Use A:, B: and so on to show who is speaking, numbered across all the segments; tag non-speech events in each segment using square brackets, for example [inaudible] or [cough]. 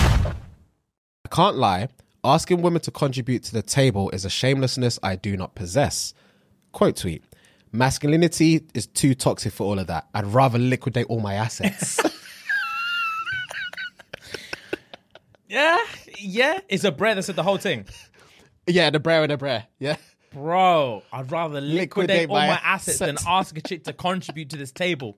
A: I can't lie. Asking women to contribute to the table is a shamelessness I do not possess. Quote tweet. Masculinity is too toxic for all of that. I'd rather liquidate all my
B: [laughs]
A: assets.
B: Yeah, yeah. It's a bread that said the whole thing.
A: yeah, the brer and the brer. Yeah.
B: Bro, I'd rather
A: Liquidate
B: liquidate, all
A: my
B: my assets than
A: assets.
B: ask a chick to contribute to this table.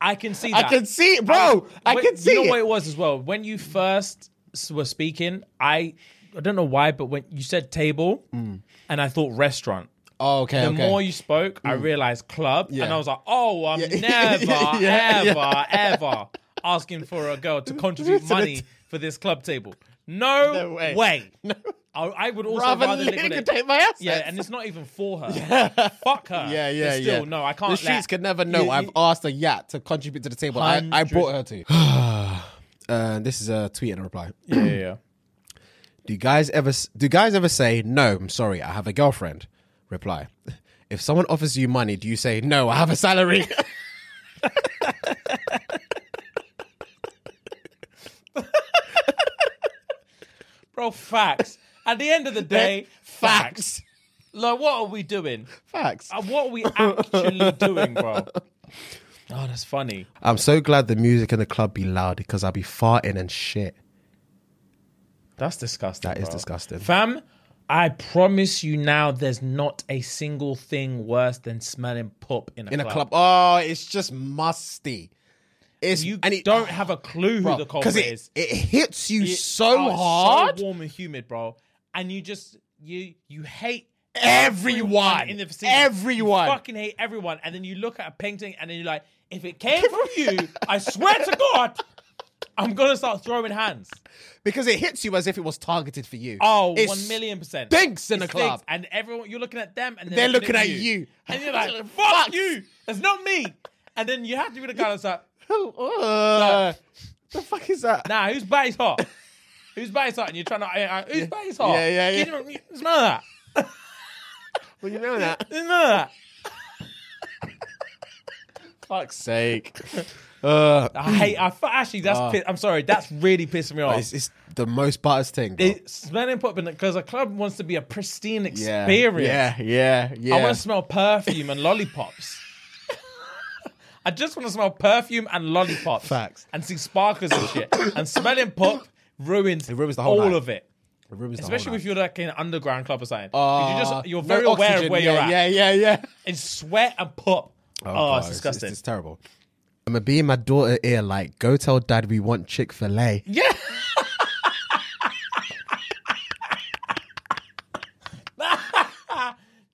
B: I can see
A: I
B: that.
A: can see it, bro. I,
B: Um, Wait,
A: can see
B: You know
A: it.
B: what it was as well? When you first s- were speaking, I I don't know why, but when you said table
A: Mm.
B: and I thought restaurant.
A: Oh, okay.
B: The
A: okay. Mm.
B: more you spoke, I realized club, and
A: Yeah.
B: I was like, "Oh, I'm
A: Yeah. [laughs]
B: never,
A: Yeah, yeah,
B: ever,
A: yeah.
B: ever asking for a girl to
A: To
B: contribute
A: the
B: money
A: t-
B: for this club table.
A: [laughs]
B: No,
A: No way.
B: way. I, I would also
A: rather
B: rather,
A: liquidate,
B: liquidate.
A: my assets.
B: Yeah, and it's not even for her. Fuck her.
A: [laughs] yeah,
B: But
A: yeah,
B: still,
A: yeah.
B: No, I can't.
A: The streets
B: let- [laughs]
A: can never know.
B: You-
A: I've
B: you-
A: asked a yacht to contribute to the table. I, I brought her to. [sighs] uh, this is a tweet and a reply.
B: Yeah, yeah, yeah.
A: Do guys ever do guys ever say no? I'm sorry, I have a girlfriend. Reply: [laughs] If someone offers you money, do you say no? I have a
B: [laughs]
A: salary.
B: Bro, facts. At the end of the day,
A: [laughs]
B: facts.
A: Facts.
B: Like, what are we doing?
A: Facts.
B: Uh, What are we
A: [laughs]
B: actually doing, bro? Oh, that's funny.
A: I'm so glad the music in the club be loud because I'll be farting and shit.
B: That's disgusting.
A: That is
B: bro.
A: disgusting.
B: Fam, I promise you now, there's not a single thing worse than smelling poop in a
A: in a
B: club.
A: club. Oh, it's just musty. It's
B: You
A: and it, [laughs]
B: don't have a clue who the culprit
A: because
B: is.
A: it, it hits you
B: It-
A: so
B: oh, it's
A: hard.
B: so warm and humid, bro. And you just you you hate
A: Everyone.
B: in the vicinity.
A: Everyone.
B: You fucking hate everyone. And then you look at a painting, and then you're like, if
A: [laughs]
B: it came from you, I swear to God, I'm gonna start throwing hands.
A: because it hits you as if it was targeted for you.
B: Oh,
A: It
B: one
A: [laughs]
B: million percent.
A: stinks in
B: It
A: the club.
B: stinks. and everyone you're looking at them, and
A: They're
B: looking
A: looking at you.
B: and
A: [laughs]
B: you're like, fuck you. That's not me. And then you have to be the guy that's like,
A: Uh, the fuck is that?
B: nah, who's bad is hot? Who's bad is hot? And you're trying to, uh, who's bad is hot?
A: Yeah, yeah, yeah.
B: You don't- you- It's none of that.
A: Well, you know
B: [laughs]
A: that.
B: It's none of that.
A: Fuck's sake. [laughs] Uh,
B: I hate. I fu- actually. That's. pi- I'm sorry. That's really pissing me off.
A: Ah. it's, it's the most butters thing. bro.
B: It's smelling pop because a club wants to be a pristine
A: yeah.
B: experience.
A: Yeah, yeah, yeah.
B: I want to smell perfume and lollipops. I just want to smell perfume and lollipops.
A: Facts.
B: And see sparklers and shit. and smelling pop ruins,
A: It ruins the whole
B: all
A: night.
B: of it.
A: The room is the whole
B: Especially
A: night.
B: if you're like in an underground club or something.
A: Uh,
B: you just you're
A: no
B: very aware
A: oxygen.
B: of where
A: yeah,
B: you're at.
A: Yeah, yeah, yeah.
B: And sweat and pop. Oh,
A: God,
B: it's disgusting.
A: It's, it's terrible. I'm gonna be in my daughter ear like, go tell dad we want Chick Fil
B: [laughs]
A: A. [laughs]
B: [laughs] Yeah.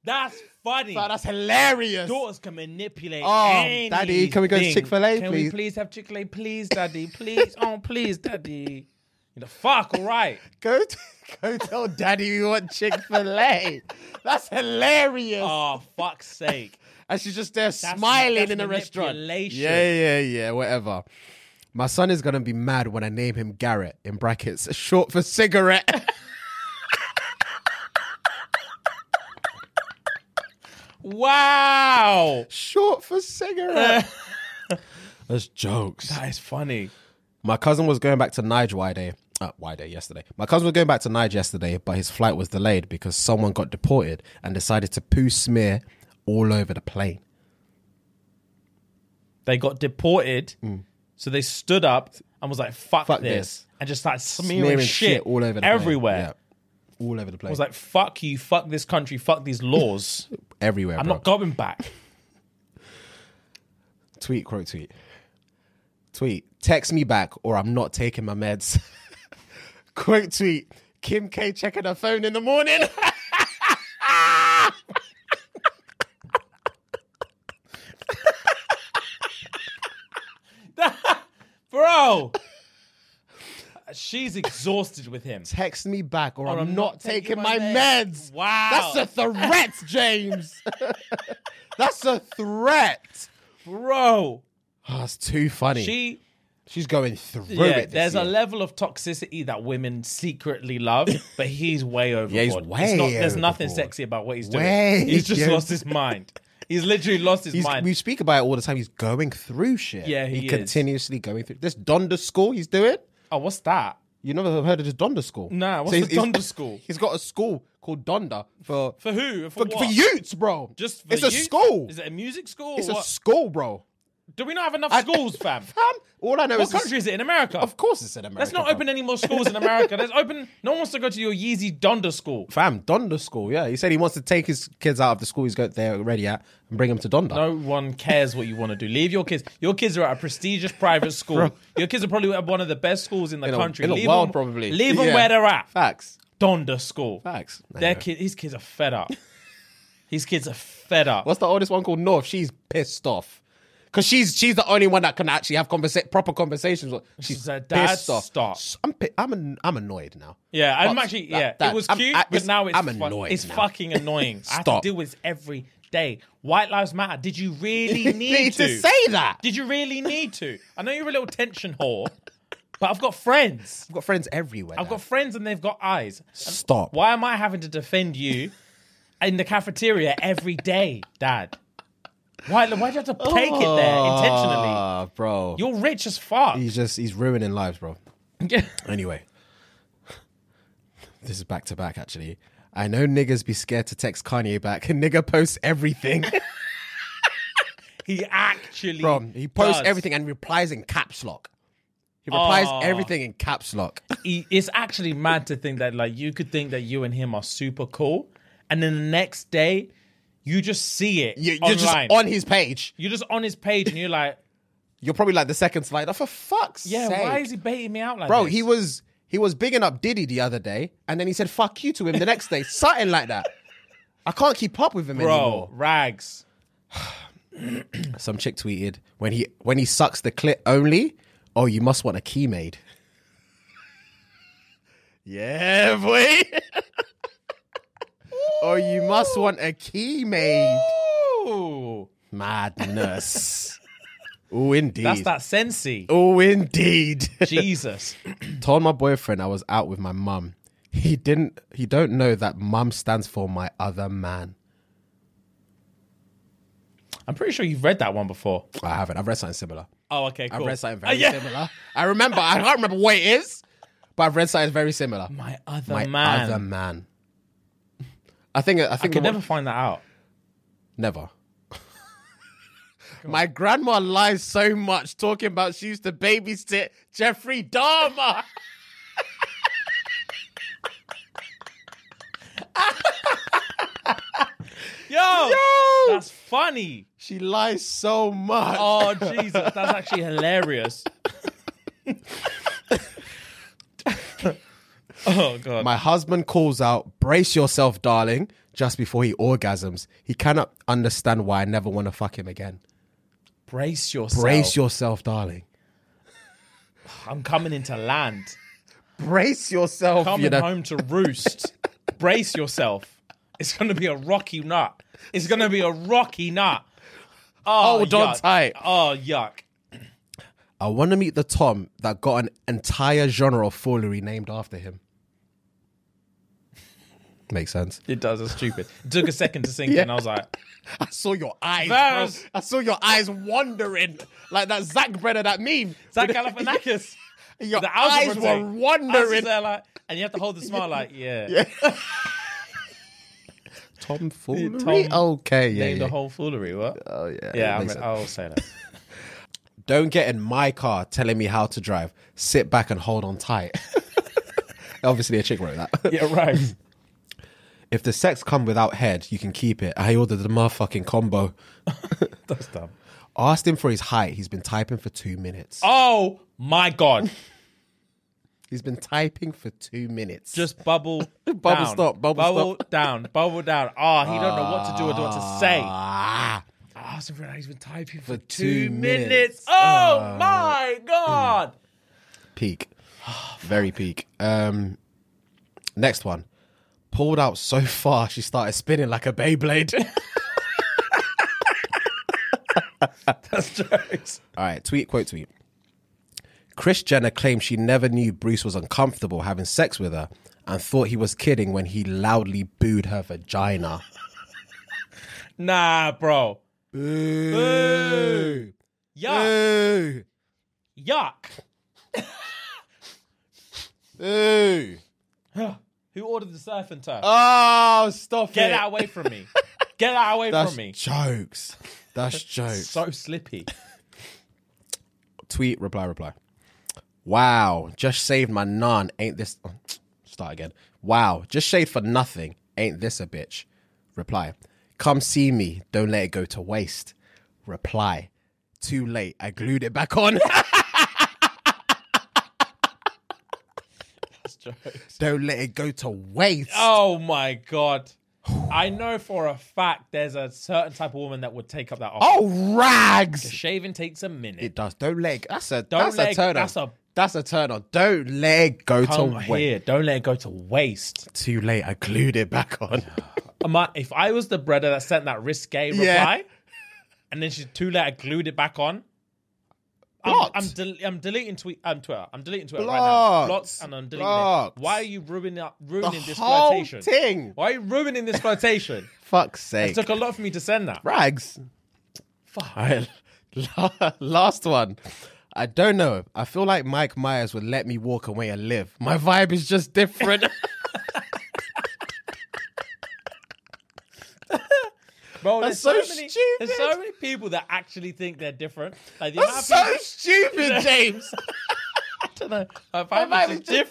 B: That's funny.
A: that's hilarious.
B: Daughters can manipulate.
A: Oh, Daddy, can we go to
B: anything.
A: Chick-fil-A,
B: Can we
A: please?
B: please have Chick Fil A, please, Daddy? Please, oh, please, Daddy. You know, fuck, all right.
A: Go, t- [laughs] go tell daddy we want Chick Fil A. that's hilarious.
B: Oh, fuck's sake.
A: and she's just there
B: That's-
A: smiling
B: that's
A: in the restaurant. Yeah,
B: manipulation.
A: yeah, yeah. Whatever. My son is gonna be mad when I name him Garrett in brackets, short for cigarette. [laughs]
B: Wow.
A: short for
B: [laughs]
A: cigarette. That's jokes.
B: That is funny.
A: My cousin was going back to Niger one day. Uh, why day yesterday? My cousin was going back to Niger yesterday, but his flight was delayed because someone got deported and decided to poo smear all over the plane.
B: They got deported, so they stood up and was like, fuck,
A: Mm. Fuck
B: this.
A: this.
B: And just started smearing, shit,
A: all over the plane.
B: everywhere.
A: Yeah. all over the plane.
B: I was like, fuck you, fuck this country, fuck
A: [laughs]
B: these laws.
A: everywhere.
B: I'm
A: bro.
B: not going back.
A: tweet quote tweet tweet text me back or i'm not taking my meds [laughs] quote tweet kim k checking her phone in the morning [laughs] [laughs]
B: Bro. She's exhausted with him.
A: text me back or, I'm,
B: I'm
A: not, taking, my meds,
B: Wow.
A: that's a
B: [laughs]
A: threat james [laughs] that's a threat
B: Bro.
A: oh, that's too funny
B: She
A: she's going through
B: yeah,
A: it this
B: there's a
A: year.
B: level of toxicity that women secretly love,
A: [laughs]
B: but he's way overboard.
A: he's
B: It's
A: way
B: there's nothing
A: overboard.
B: sexy about what he's doing.
A: Way [laughs]
B: he's just
A: over-
B: lost his mind. He's literally lost his
A: He's,
B: mind.
A: we speak about it all the time. He's going through shit.
B: Yeah, he is.
A: continuously going through this Donda school he's doing.
B: oh, what's that?
A: You never heard of this Donda school?
B: Nah, what's the Donda school?
A: He's got a school called Donda for
B: For who?
A: for,
B: For,
A: for
B: what?
A: youths, bro.
B: Just for
A: it's a
B: you?
A: school.
B: Is it a music school? or
A: It's a
B: what?
A: school, bro.
B: Do we not have enough schools,
A: [laughs]
B: fam?
A: Fam, all I know
B: What
A: is it's-
B: country is it in America?
A: Of course, it's in America.
B: Let's not
A: fam.
B: open any more schools in America. Let's open. No one wants to go to your Yeezy Donda school.
A: Fam, Donda school. Yeah, he said he wants to take his kids out of the school he's got there already at and bring them to Donda.
B: No one cares what you want to do. Leave your kids. Your kids are at a prestigious private school. Your kids are probably at one of the best schools in the
A: in a-
B: country.
A: in the
B: leave
A: world,
B: them,
A: probably.
B: Leave them
A: Yeah.
B: where they're at.
A: Facts.
B: Donda school.
A: Facts.
B: Their
A: Anyway.
B: kid, his kids are
A: [laughs]
B: fed up. his kids are fed up.
A: What's the oldest one called North? She's pissed off. Cause she's she's the only one that can actually have conversa- proper conversations. with- She's
B: She's like, "Dad,
A: pissed off.
B: stop."
A: I'm pi- I'm an- I'm annoyed now.
B: Yeah, I'm
A: But
B: actually.
A: that-
B: yeah,
A: that-
B: it was
A: I'm-
B: cute,
A: I-
B: but now it's
A: I'm
B: fuck-
A: annoyed
B: It's
A: now.
B: fucking annoying. I have to
A: Stop.
B: deal with this every day. White lives matter. Did you
A: [laughs]
B: really need,
A: Need to say that.
B: Did you really need to? I know you're a little tension
A: [laughs]
B: whore, but I've got friends.
A: I've got friends everywhere.
B: I've got friends and they've got eyes.
A: stop.
B: Why am I having to defend you in the cafeteria every day, Dad? Why? Why do you have to take it there intentionally?
A: Ah, bro.
B: You're rich as fuck.
A: he's just he's ruining lives, bro. Anyway, [laughs] this is back to back actually. I know niggas be scared to text Kanye back. [laughs] Nigga posts
B: [laughs]
A: everything.
B: [laughs] he actually,
A: Bro, he posts
B: does.
A: everything and replies in caps lock. He replies
B: Ah.
A: everything in caps lock.
B: he- it's actually mad to think that like you could think that you and him are super cool, and then the next day you just see it
A: You- You're,
B: online.
A: just on his page.
B: you're just on his page, and
A: [laughs]
B: you're like,
A: You're probably like the second slide. Oh, for fuck's
B: yeah,
A: sake.
B: why is he baiting me out like
A: Bro,
B: this?
A: he was he was bigging up Diddy the other day, and then he said "fuck you" to him the next day, something like that. I can't keep up with him
B: bro
A: [laughs] anymore.
B: rags.
A: Some chick tweeted when he when he sucks the clit only. Oh, you must want a key made. [laughs] yeah, boy. [laughs] oh, you must want a key made.
B: Ooh,
A: [laughs] Madness. oh, indeed.
B: that's that sensi.
A: Oh, [laughs] indeed.
B: Jesus,
A: Told my boyfriend I was out with my mum. He didn't. He don't know that mum stands for my other man.
B: I'm pretty sure you've read that one before.
A: I haven't. I've read something similar.
B: Oh, okay, cool.
A: I've read something
B: Uh,
A: very
B: yeah.
A: similar. I remember. I can't remember what it is, but I've read something very similar.
B: My other
A: My
B: man.
A: other man. I think. I
B: I
A: think.
B: could
A: the
B: never
A: one-
B: find that out. [laughs]
A: never. my grandma lies so much talking about she used to babysit Jeffrey Dahmer.
B: Yo,
A: Yo!
B: [laughs] that's funny.
A: she lies so much.
B: Oh Jesus, that's actually hilarious. [laughs] oh god.
A: My husband calls out, brace yourself, darling, just before he orgasms. He cannot understand why I never want to fuck him again.
B: brace yourself.
A: Brace yourself, darling.
B: I'm coming into land.
A: Brace yourself.
B: Coming
A: you know.
B: home to roost. brace yourself. It's gonna be a rocky nut. It's gonna be a rocky nut. Oh,
A: Hold on
B: yuck.
A: tight.
B: Oh yuck.
A: I want to meet the Tom that got an entire genre of foolery named after him. [laughs] Makes sense.
B: It does. It's stupid. It took a second to sink in. I was like,
A: I saw your eyes.
B: Varus.
A: bro. I saw your eyes wandering like that Zach Brenner, that meme. [laughs]
B: Zach Galifianakis. [laughs]
A: Your
B: The algebra
A: eyes
B: thing.
A: were
B: I was
A: wandering.
B: there like, and you have to hold the smile
A: [laughs]
B: like, yeah.
A: Tom foolery.
B: Tom
A: okay, yeah.
B: Name
A: yeah.
B: the whole foolery. What?
A: oh yeah.
B: yeah, uh, I'm,
A: makes sense.
B: I'll say
A: [laughs]
B: that.
A: Don't get in my car telling me how to drive. Sit back and hold on tight. [laughs] Obviously, a chick wrote that. [laughs]
B: yeah, right.
A: if the sex come without head, you can keep it. I ordered the motherfucking combo.
B: [laughs] That's dumb.
A: Asked him for his height. He's been typing for two minutes.
B: Oh my god!
A: He's been typing for two minutes.
B: Just bubble,
A: [laughs] Bubble
B: down.
A: stop, bubble stop.
B: down, bubble down. Ah, he don't know what to do or what to say. Ah,
A: ah,
B: oh, so he's been typing for,
A: two
B: two,
A: minutes. Ah.
B: minutes. Oh my god!
A: [laughs] peak, very peak. Um, next one. Pulled out so [laughs] far, she started spinning like a Beyblade. [laughs]
B: That's jokes.
A: All right, tweet, quote, tweet. Chris Jenner claimed she never knew Bruce was uncomfortable having sex with her and thought he was kidding when he loudly booed her vagina.
B: Nah, bro.
A: Boo.
B: Yuck.
A: Boo.
B: Yuck.
A: Boo.
B: [gasps] Who ordered the surf and turf?
A: Oh, stop
B: Get
A: it.
B: that away
A: [laughs]
B: from me. Get that away
A: That's
B: from me.
A: jokes.
B: [laughs]
A: That's jokes.
B: So slippy.
A: Tweet, reply, reply. Wow, just saved my nun. Ain't this. oh, Start again. Wow, just shaved for nothing. Ain't this a bitch? Reply. Come see me. Don't let it go to waste. Reply. Too late. I glued it back
B: [laughs]
A: on.
B: That's jokes.
A: Don't let it go to waste.
B: Oh my god. I know for a fact there's a certain type of woman that would take up that offer.
A: Oh, rags.
B: Shaving takes a minute.
A: It does. Don't let it. That's a, that's
B: let
A: a
B: it-
A: turn on.
B: that's a-
A: that's a turn on. Don't let it go
B: Come
A: to waste.
B: here. Don't let it go to waste.
A: Too late. I glued it back on.
B: Am I- if I was the breader that sent that risque reply,
A: Yeah.
B: and then she's too late, I glued it back on. I'm,
A: Blocked.
B: I'm, del- I'm deleting tweet. Um, Twitter. I'm deleting Twitter right now.
A: Blocked.
B: Blocked and I'm deleting
A: Blocked.
B: it. Why are you ruining up ruining
A: The
B: this
A: whole
B: flirtation?
A: thing.
B: Why are you ruining this flirtation?
A: [laughs] Fuck's sake.
B: it took a lot for me to send that.
A: Rags. [laughs] Alright, la- Last one. I don't know. I feel like Mike Myers would let me walk away and live. My vibe is just different.
B: Bro,
A: That's
B: there's
A: so
B: many,
A: stupid.
B: There's so many people that actually think they're different. Like
A: [laughs]
B: the
A: That's
B: amount
A: so
B: of
A: [laughs] stupid,
B: [laughs]
A: James.
B: people, I don't know. I find
A: vibe
B: it
A: is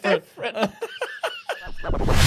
B: different.